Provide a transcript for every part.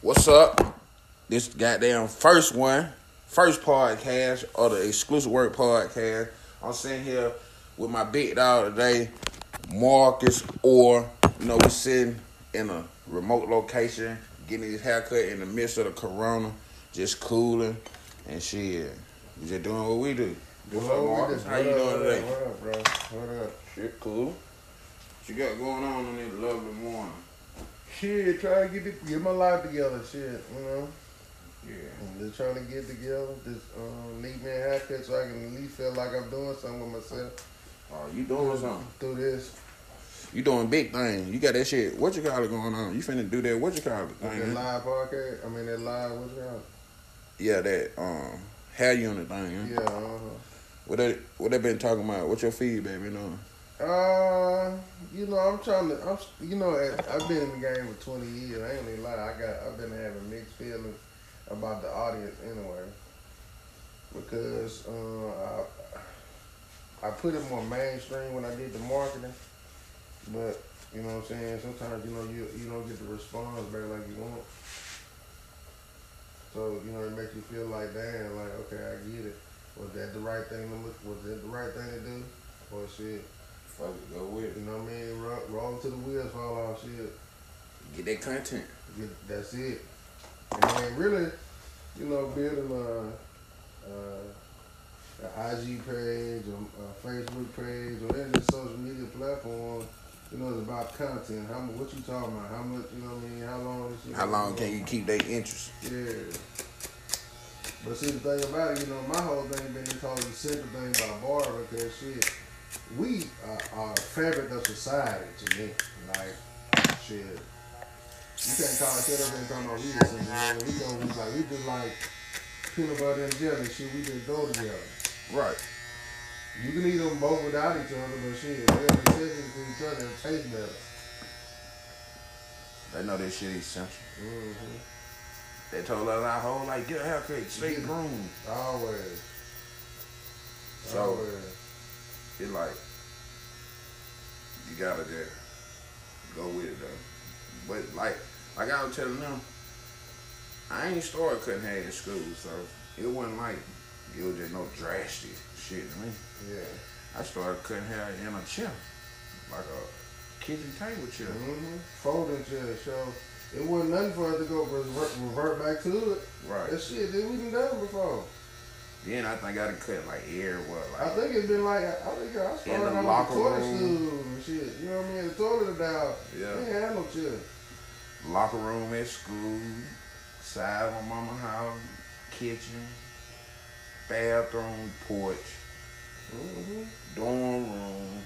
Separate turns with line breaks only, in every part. What's up? This goddamn first one, first podcast of the exclusive work podcast. I'm sitting here with my big dog today, Marcus Or. You know, we sitting in a remote location, getting his haircut in the midst of the corona, just cooling and shit. We Just doing what we do. What's up, Marcus? How you doing today?
What up, bro? What up?
Shit cool. What you got going on on this lovely morning?
Shit, trying to get it, get my life together, shit. You know,
Yeah.
I'm just trying to get together. Just um, leave me a haircut so I can at least feel like I'm doing something with myself
Oh, you doing something?
through this.
You doing big things. You got that shit. What you call it going on? You finna do that. What you call it?
With
thing,
that
huh?
live podcast, I mean that live what's it called?
Yeah, that um hair unit thing. huh?
Yeah. Uh-huh.
What they what they been talking about? What your feedback been on?
Uh, you know, I'm trying to. I'm, you know, I- I've been in the game for 20 years. I ain't even lie. I got. I've been having mixed feelings about the audience anyway, because uh, I I put it more mainstream when I did the marketing, but you know what I'm saying. Sometimes you know you you don't get the response back like you want. So you know it makes you feel like damn, like okay, I get it. Was that the right thing to look? Was that the right thing to do? Or shit.
Fuck it, go with
You know what I mean? Roll, roll to the wheels fall off shit.
Get that content.
Get- That's it. And then really, you know, building a, a, a IG page or a Facebook page or any social media platform, you know, it's about content. How much? What you talking about? How much? You know what I mean? How long? Is it
How long can you keep that interest?
Yeah. But see, the thing about it, you know, my whole thing been this whole simple thing about Barbara, because shit, we are, are a fabric of society to me. Like, shit. You can't call shit up and talking about we or something. man. We go, we like, we just like peanut butter and jelly. Shit, we just go together.
Right.
You can eat them both without each other, but shit, they're attention to each other and taste better.
They know that shit essential.
Mm-hmm.
They told us our whole like get a haircut, stay groomed.
Always.
So-
Always.
It's like you gotta just go with it though. But like like I was telling them, I ain't started cutting hair in school, so it wasn't like it was just no drastic shit to me.
Yeah.
I started cutting hair in a chair, like a kitchen table chair.
Mm-hmm. Folding chair. So it wasn't nothing for us to go revert, revert back to it.
Right.
That shit that we done done before.
Then I think I done cut like hair what
I
like
think it's been like I think I
In the
started on
locker
the toilet
room.
stool and shit. You know what I mean? The toilet down.
Yeah.
We ain't had no chair.
locker room at school, side of my mama house, kitchen, bathroom, porch.
Mm-hmm.
dorm room,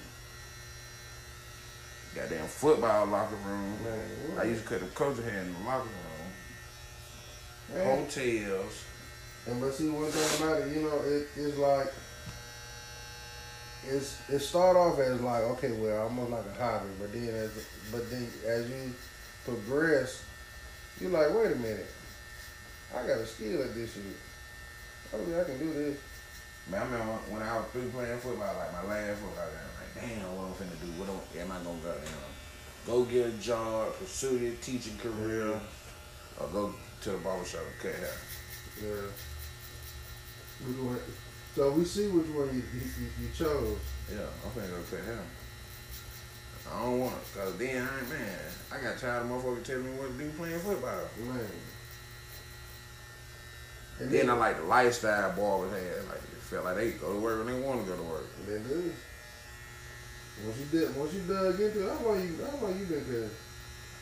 goddamn football locker room.
Man,
I used to cut the coach hair in the locker room,
man.
hotels.
And but see one thing about it, you know, it, it's like it's it start off as like okay, well, almost like a hobby, but then as but then as you progress, you like wait a minute, I got a skill at this shit. I mean, I can do this.
Man, I remember when I was through playing football, like my last football game, like, damn, what I'm finna do? What am- am I gonna go down? Go get a job, pursue your teaching career, or go to the barbershop and cut hair.
Yeah. Which one- So we see which one you, you, you- you chose.
Yeah, I'm finna go cut hair. I don't want it, cause then I ain't man. I got tired of motherfuckers telling me what to do playing football.
Man. And
Then I like the lifestyle barbers had. Like it felt like they go to work when they want to go to work.
They do. Once you did, once you dug into it, that's why you, that's why you been cutting.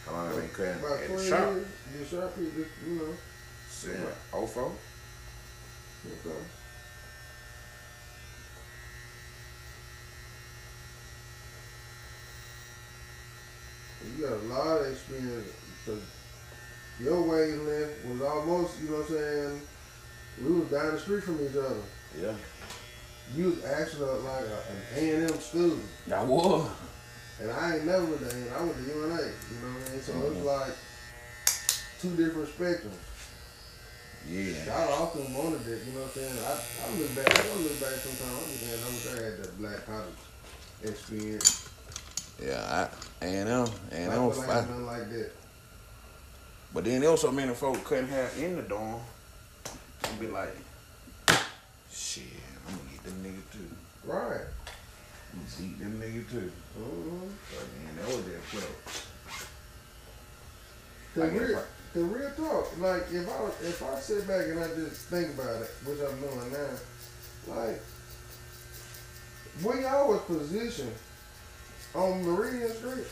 How long I been cutting
About
at the
twenty
shop?
years, you sharp, you just, you know.
Since what, 04?
Okay. You got a lot of experience because your wavelength was almost, you know what I'm saying. We was down the street from each other.
Yeah.
You was actually like a, an A and M student.
I was.
And I ain't never with the hand. I went to UNA. You know what I mean? So
Mm-hmm.
it's like two different spectrums.
Yeah.
I often wanted it. You know what I'm saying? I, I look back. I look back sometimes. I'm just saying, I wish I had that black college experience.
Yeah, I, and them,
I
and
feel
them,
like
I,
nothing like that.
But then there was so many folk cutting hair in the dorm. And be like, shit, I'm gonna get this nigga too.
Right.
I'm gonna beat this nigga too.
Mm-hmm.
But man, that was that flow.
The
Like,
real,
if
the real talk. Like if I if I sit back and I just think about it, which I'm doing now, like we always positioned on Meridian Street.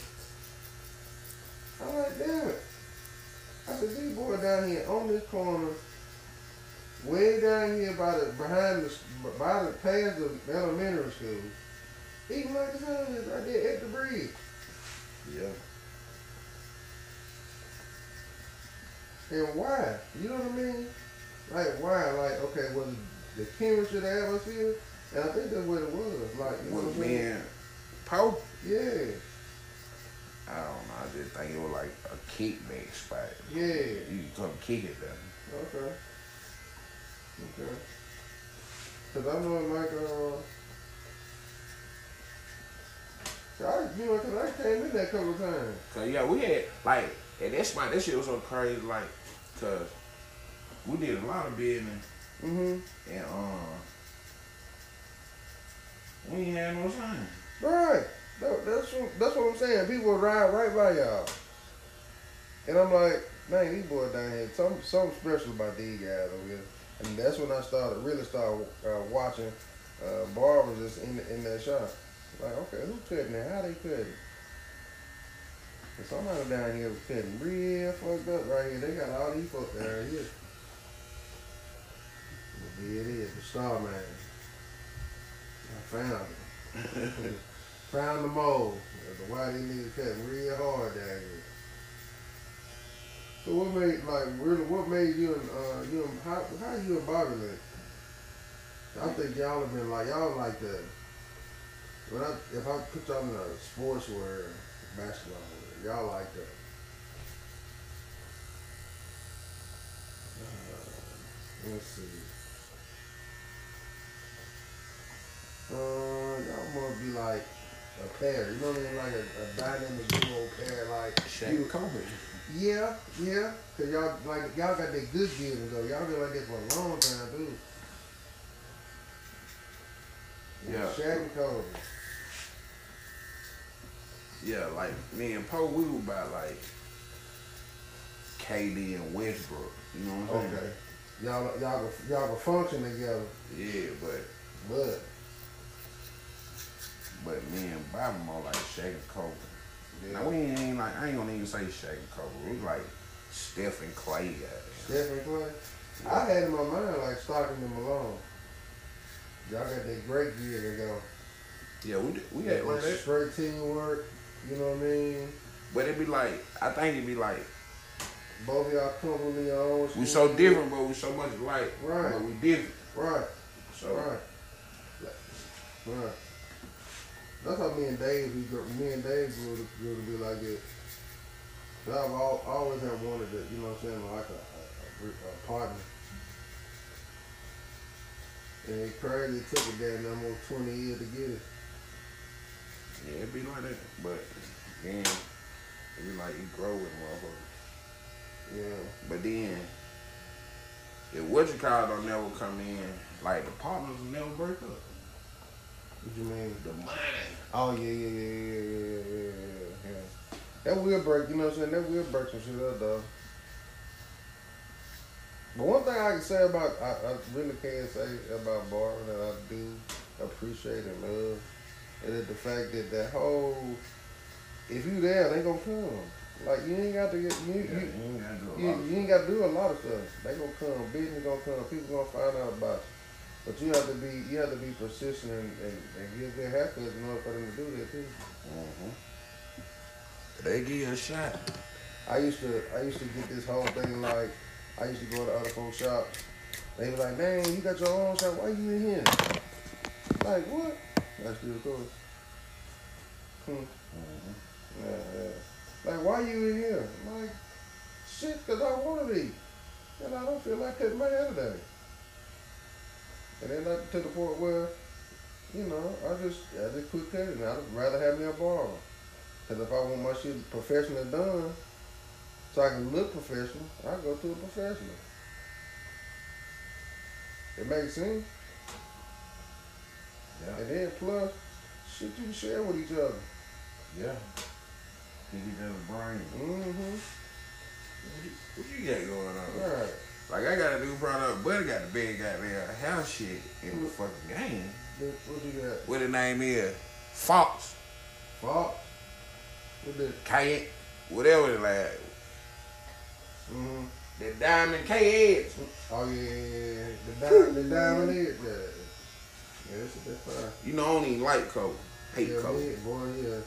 I'm like, damn it. I said, these boys down here on this corner, way down here by the behind the by the past the elementary school, eating like the sun is right there at the bridge.
Yeah.
And why? You know what I mean? Like why? Like okay, was it the chemistry of the atmosphere? And I think that's what it was. Like you know what
With
I'm saying?
man, Pope.
Yeah,
I don't know. I just think it was like a kickback spot.
yeah.
You can come kick it there.
Okay. Okay. Cause I know like uh. I, you know, 'cause I came in there a couple times.
Cause yeah, we had like at that spot. That shit was so crazy. Like, cause we did a lot of business
Mm-hmm.
and um, we ain't had no sign.
Right. That, that's what, that's what I'm saying. People ride right by y'all, and I'm like, man, these boys down here, something something special about these guys over here. And that's when I started really started uh, watching uh, barbers that's in in that shop. Like, okay, who cutting it? How they cutting? it? And somebody down here was cutting real fucked up right here. They got all these fucked down here. But here it is, the star man. I found it. Found the mold. That's why they need to cut real hard down here. So what made like really what made you and uh you and how how you and Bobby look? I think y'all have been like y'all like the when I if I put y'all in a sports world, basketball world, y'all like the uh, let's see. Uh, y'all must be like a pair. You know what I mean? Like a, a dynamic duo pair. Like
Shaq Kobe.
yeah, yeah. Cause y'all like y'all got that good giving though. Y'all been like that for a long time too.
Yeah.
Shaq and Kobe.
Yeah, like me and Poe, we were about like KD and Westbrook. You know what I'm saying?
Okay. Y'all y'all go- y'all can function together,
Yeah, but
but
but me and Bobby more like Shaq and Kobe.
yeah.
Now we ain't, ain't like I ain't gonna even say Shaq and Kobe. We like Steph and Clay. guys.
Stephen Clay. I had in my mind like Stockton and Malone. Y'all got that great giving going.
Yeah, we did- we had
Yeah,
one of that.
straight teamwork. You know what I mean?
But it'd be like, I think it'd be like,
Both of y'all come from your own.
we
school.
so different, but we so much alike.
Right.
But we different.
Right,
So,
right, right. That's how me and Dave, we grew, me and Dave grew to, grew to be like it. But I've al- always have wanted to, you know what I'm saying, like a, a, a, re- a partner. And it crazy, it took a damn almost 20 years to get it.
yeah, it'd be like that. But then, it'd be like, you grow with motherfuckers.
Yeah,
But then, if what you call don't never come in, like, the partners will never break up.
what you mean?
The money.
Oh yeah, yeah, yeah, yeah, yeah, yeah, yeah, yeah, yeah. That will break, you know what I'm saying? That will break some shit up, though. But one thing I can say about, I, I really can say about Barbara that I do appreciate and love, is that the fact that that whole, if you there, they gonna come. Like you ain't got to get, you,
Yeah,
you,
you ain't gotta do a
you,
lot.
you ain't got to do a lot of stuff. They gonna come, business gonna come, people gonna find out about you. But you have to be, you have to be persistent and, and, and give their haircuts in order for them to do that too.
Mhm. Mm-hmm. They give you a shot.
I used to, I used to get this whole thing like, I used to go to other folks' shops. They was like, man, you got your own shop. Why you in here? Like what? That's still cool. Hmm.
Mhm.
Yeah, yeah. Like why you in here? I'm like, shit, cause I want to be, and I don't feel like cutting my hair today. And then like to the point where, you know, I just I just quit cutting. I'd rather have me a barber, cause if I want my shit professionally done, So I can look professional. I go to a professional. It makes sense.
Yeah,
And then plus, shit you can share with each other.
yeah. Give each other brain.
Mm-hmm.
What you- What you got going on?
Right.
Like I got a new product, buddy got the big goddamn house shit in the fucking game.
Then What you got?
What the name is? Fox,
Fox. What that?
K, whatever the like.
Mm-hmm.
The diamond K Edge.
Oh yeah, yeah, yeah. The diamond, the diamond head. Yeah, yeah that's that's fine.
You know I don't even like Cole. Hate
yeah,
Cole.
man, boy, yeah.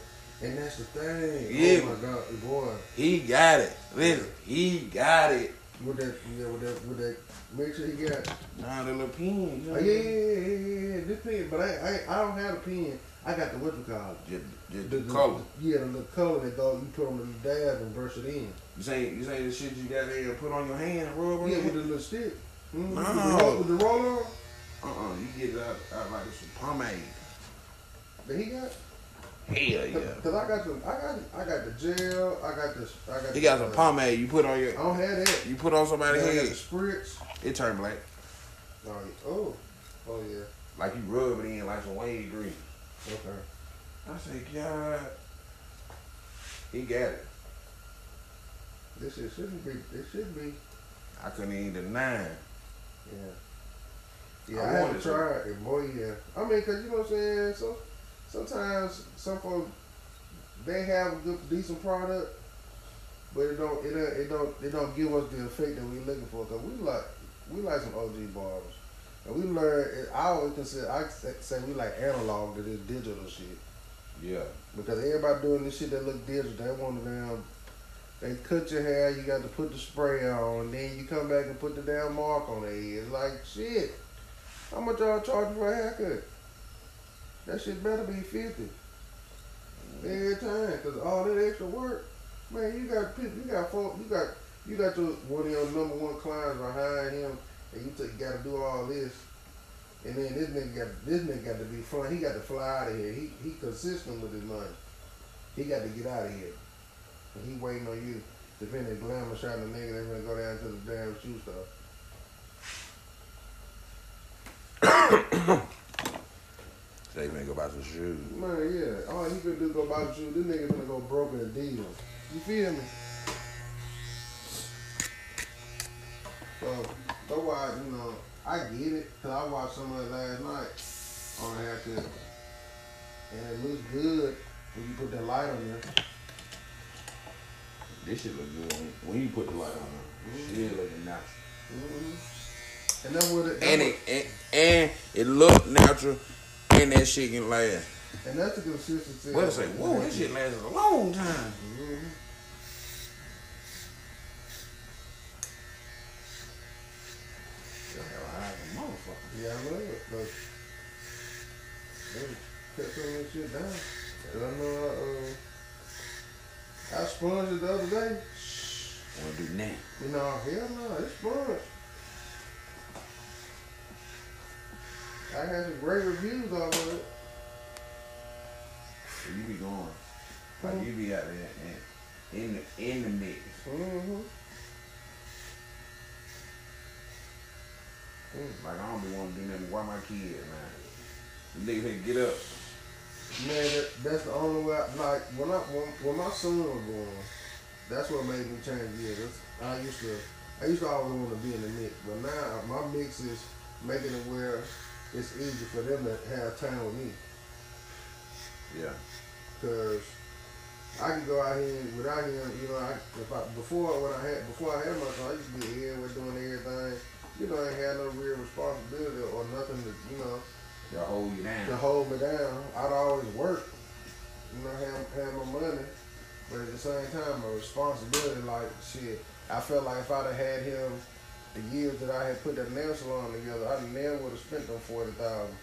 And that's the thing.
Yeah.
Oh my god, boy.
He got it. Listen, he got it.
With that, yeah, with that, with that. Make sure you got.
Now the little pin.
Oh, yeah, yeah, yeah, yeah, yeah. This pen, but I, I, I don't have a pen. I got the what you call it.
Just, just the, color.
Yeah, the little color that dog you put on the dab and brush it in.
You say you say the shit you got there and put on your hand and rub on
Yeah,
it?
with the little stick. Mm,
Oh, No.
With the roll on
Uh uh you get it out, out like some pomade.
that he got.
Hell
Cause,
yeah.
'cause I got the, I got, I got the gel. I got the, I got.
He
the,
got some
uh,
pomade you put on
I
your
don't have that.
you put on
I
somebody's
got the
head,
spritz.
it turn black.
Oh, oh, oh yeah.
Like you rub it in like some wave grease.
Okay.
I said, God He got it.
This shit shouldn't be. This should be.
I couldn't even deny it.
Yeah.
I
Yeah, I,
wanted
haven't
to.
tried it, boy. Yeah. I mean, cause you know what I'm saying. So sometimes some folks they have a good, decent product, but it don't, it don't, it don't, it don't give us the effect that we're looking for. Cause we like, we like some OG barbers, and we learn. I always consider, I say say we like analog to this digital shit.
Yeah.
Because everybody doing this shit that look digital, they want to damn, they cut your hair, you got to put the spray on, then you come back and put the damn mark on their head. It's like, shit, how much y'all charging for a haircut? That shit better be 50 every time, because all that extra work, man, you got people, you got folk, you got, you got your, one of your number one clients behind him, and you t- got to do all this. And then this nigga got this nigga got to be flying. He got to fly out of here. He he consistent with his money. He got to get out of here. And he waiting on you to finish the glamour shot the nigga that's gonna go down to the damn shoe store.
They make go buy some shoes.
Man, yeah. All he could do is go buy the shoe. This nigga gonna go broke in a deal. You feel me? So that's why you know I get it. Cause I watched some of it last night on the haircut, and it looks good when you put that light on there.
This shit look good when- when you put the light on. it. Shit looking nice.
Mm-hmm. And that's what it, that's
And
what-
it and, and it look natural and that shit can last.
and that's the consistency.
Well, it's like, whoa, this shit lasts a long time.
Mhm.
Hell, I like a motherfucker.
Yeah, I love it. Look, They cut some of this shit down. 'Cause I know I, uh, I sponged it the other day.
Wanna do now?
You know, hell no, it's sponge. I had some great reviews off of it.
So you be going, like you be out there and in the in the mix.
Mm-hmm.
Like I don't be wanting to do nothing. Why my kid, man? The nigga finna get up.
Man, that, that's the only way. I, like when I when, when my son was born, that's what made me change gears. That's, I used to I used to always want to be in the mix, but now my mix is making it where it's easy for them to have time with me
Yeah.
because I can go out here and- without him. You know, I, if I, before when I had before I had my son, I used to be here with doing everything. You know, I ain't had no real responsibility or nothing to you know
Y'all hold you down.
to hold me down. I'd always work, you know, have, have my money, but at the same time, my responsibility, like shit, I felt like if I'd have had him the years that I had put that nail salon together, I never would have spent them forty thousand.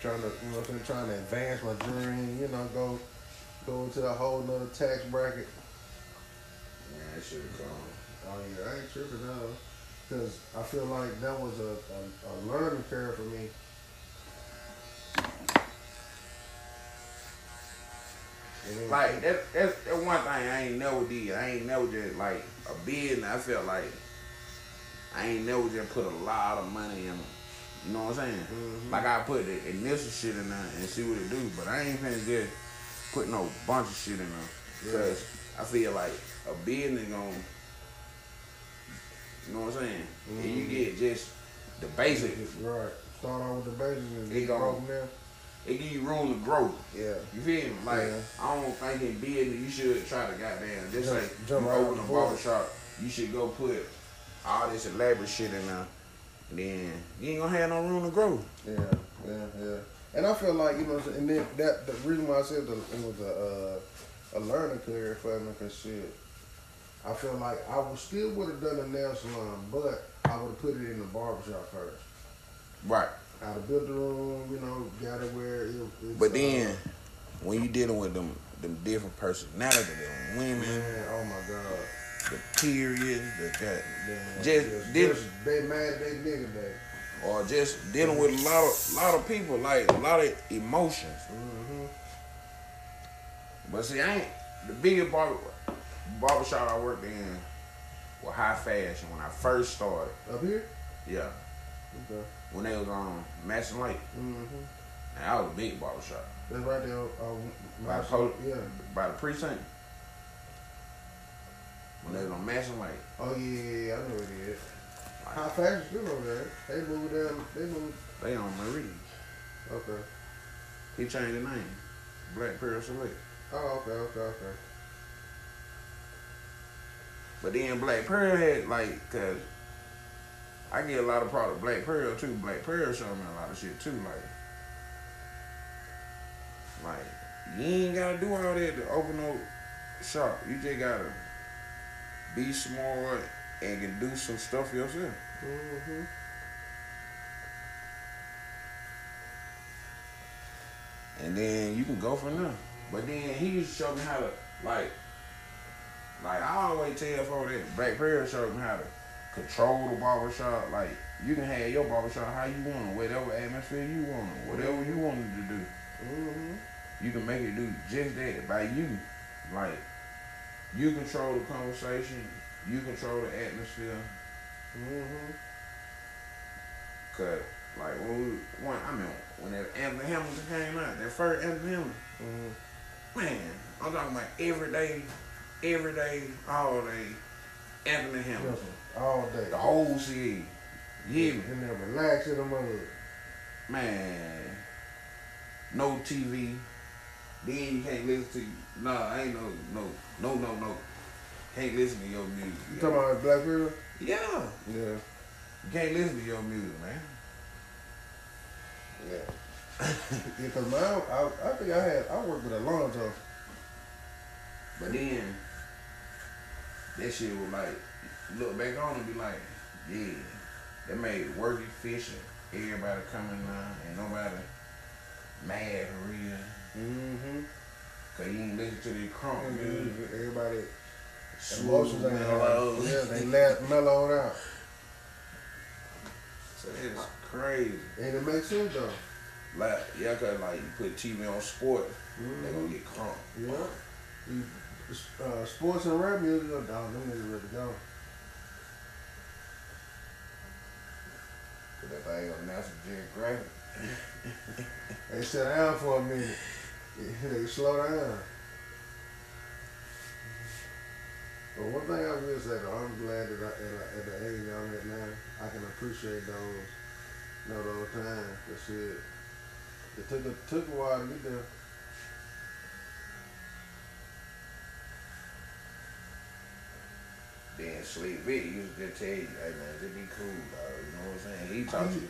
Trying to, you know, what I'm saying, trying to advance my dream, you know, go go into a whole nother tax bracket.
Man, that shit is gone.
Oh yeah, I ain't tripping now, cause I feel like that was a, a, a learning curve for me. And then-
Like that, that's that one thing I ain't never did. I ain't never just like a business. I felt like I ain't never just put a lot of money in them. You know what I'm saying?
Mhm.
Like I put the initial shit in there and see what it do, but I ain't finna just put no bunch of shit in there because I feel like a business gonna. You know what I'm saying? And you get just the basic.
Right. Start off with the basics and
It
get
gone.
broke down.
It give you room to grow.
Yeah.
You feel me? Like
Yeah.
I don't think in business you should try to goddamn just
Jump-
like
jump
you
right
open
on
a
the board.
barber shop, you should go put all this elaborate shit in there. And then you ain't gonna have no room to grow.
Yeah, yeah, yeah. And I feel like you know, and then that the reason why I said the, it was a uh, a learning career for me, cause shit, I feel like I would still would have done a nail salon, but I would have put it in the barbershop first.
Right.
I'd have built the room, you know, got it where it. It's,
But then when you dealing with them them different personalities, them
uh,
women,
man, oh my god,
the periods, the that
man,
Just did-
they mad they nigga day.
or just dealing with a lot of lot of people, like a lot of emotions.
Mm-hmm.
But see, I ain't the biggest barber barbershop I worked in was high fashion when I first started.
Up here.
Yeah.
Okay.
when they was on Madison Lake.
Mm-hmm.
And I was a big barbershop
That's right there. Uh,
By the pol-
yeah.
by the precinct. When they was on Madison Lake.
Oh yeah, yeah, yeah, I know it is.
Like,
How fast you over there? They moved down. They moved.
They on Marie.
Okay.
He changed the name. Black Pearl Select.
Oh, okay, okay, okay.
But then Black Pearl had like cause I get a lot of product Black Pearl too. Black Pearl showed me a lot of shit too, like like you ain't gotta do all that to open no shop. You just gotta be smart and can do some stuff yourself.
Mm-hmm.
and then you can go from there. But then he used to show me how to like, like I always tell folks that Black Pearl showed me how to control the barbershop. Like you can have your barbershop how you want it, whatever atmosphere you want it, whatever you want it to do.
Mm-hmm.
You can make it do just that by you. Like you control the conversation, you control the atmosphere.
Mm-hmm.
Cause like when we, when I mean when that Anthony Hamilton came out, that first Anthony Hamilton.
Mm-hmm.
Man, I'm talking about every day, every day, all day, Anthony Hamilton.
All day.
The whole city. Yeah,
And then relax in the mother.
man. No TV. Then you can't listen to nah, ain't no no no no no. Can't listen to your music. man.
You talking about Black Pearl?
Yeah.
Yeah.
You can't listen to your music, man.
Yeah. yeah, cause my, I, I think I had, I worked with Alonzo.
But then that shit was like look back on and be like, yeah, they made work efficient. Everybody coming now and nobody mad for real.
Mm-hmm.
Cause you ain't listen to the crunk music.
Everybody, emotions
Smooth
ain't high.
mellows.
Yeah, they laugh, mellowed out.
So it's crazy.
And it makes sense though.
Like yeah, cause like you put TV on sport, they
Mm-hmm.
gonna get crunk.
Yeah. You- Uh, sports and rap music, oh, dog, them niggas ready to go.
Cause that thing on National Geographic.
They sit down for a minute. they slow down. But one thing I will say, though, I'm glad that I, at, I- at the age I'm at now, I can appreciate those, you know, those times. Cause shit, it took a took a while to get there.
Then Sleep Vic used to just tell you, hey man, just be cool, dog. You know what I'm saying? He taught you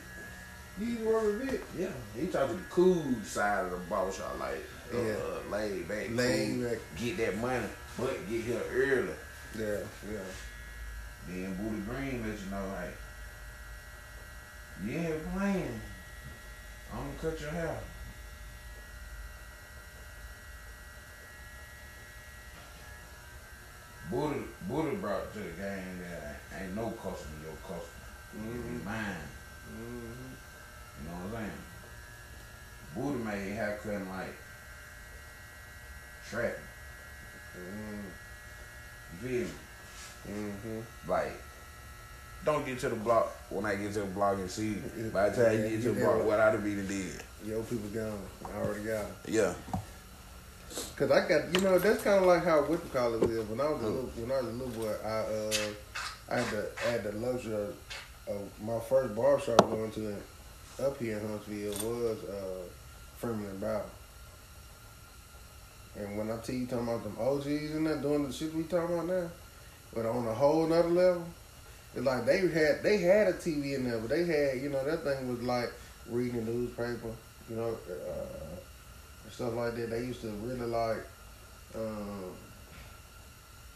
You used to work with Vic.
Yeah, he talked to the cool side of the boss. I like, uh,
Yeah.
laid back,
Laid
cool,
back.
get that money, but get here early.
Yeah, yeah.
Then Booty Green let you know, like, you ain't playing. I'm gonna cut your hair. Booty, Booty brought to the game that ain't no customer, your customer. It be mine.
Mm-hmm.
You know what I'm saying? Buddha made hair cutting like
trapping. You feel me?
Mm-hmm.
Like, don't get to the block when I get to the block and see. By the time you get to the block, what I'd be did.
Yo, people gone. I already got 'em.
Yeah.
Cause I got you know that's kind of like how whip collars is. When I was a little, when I was a little boy, I uh, I had the I had the luxury of, of my first bar shop going to in, up here in Huntsville was uh, Freeman and Bow. And when I tell you talking about them OGs and that doing the shit we talking about now, but on a whole nother level, it's like they had they had a TV in there, but they had you know that thing was like reading the newspaper, you know. Uh, and stuff like that. They used to really like um,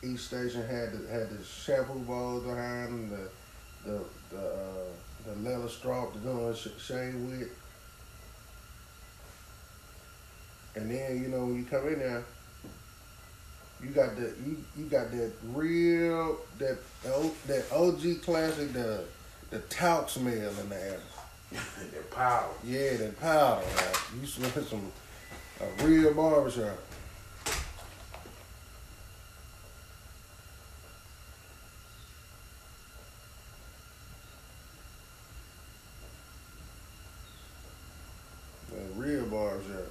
each station had the, had the shampoo bowls behind them, the the the, uh, the leather strap to go and sh- shave with. And then you know when you come in there, you got the you, you got that real that O- that OG classic the the talc smell in the air.
the power.
Yeah, that powder. Like, you smell some a real barbershop. A real barbershop.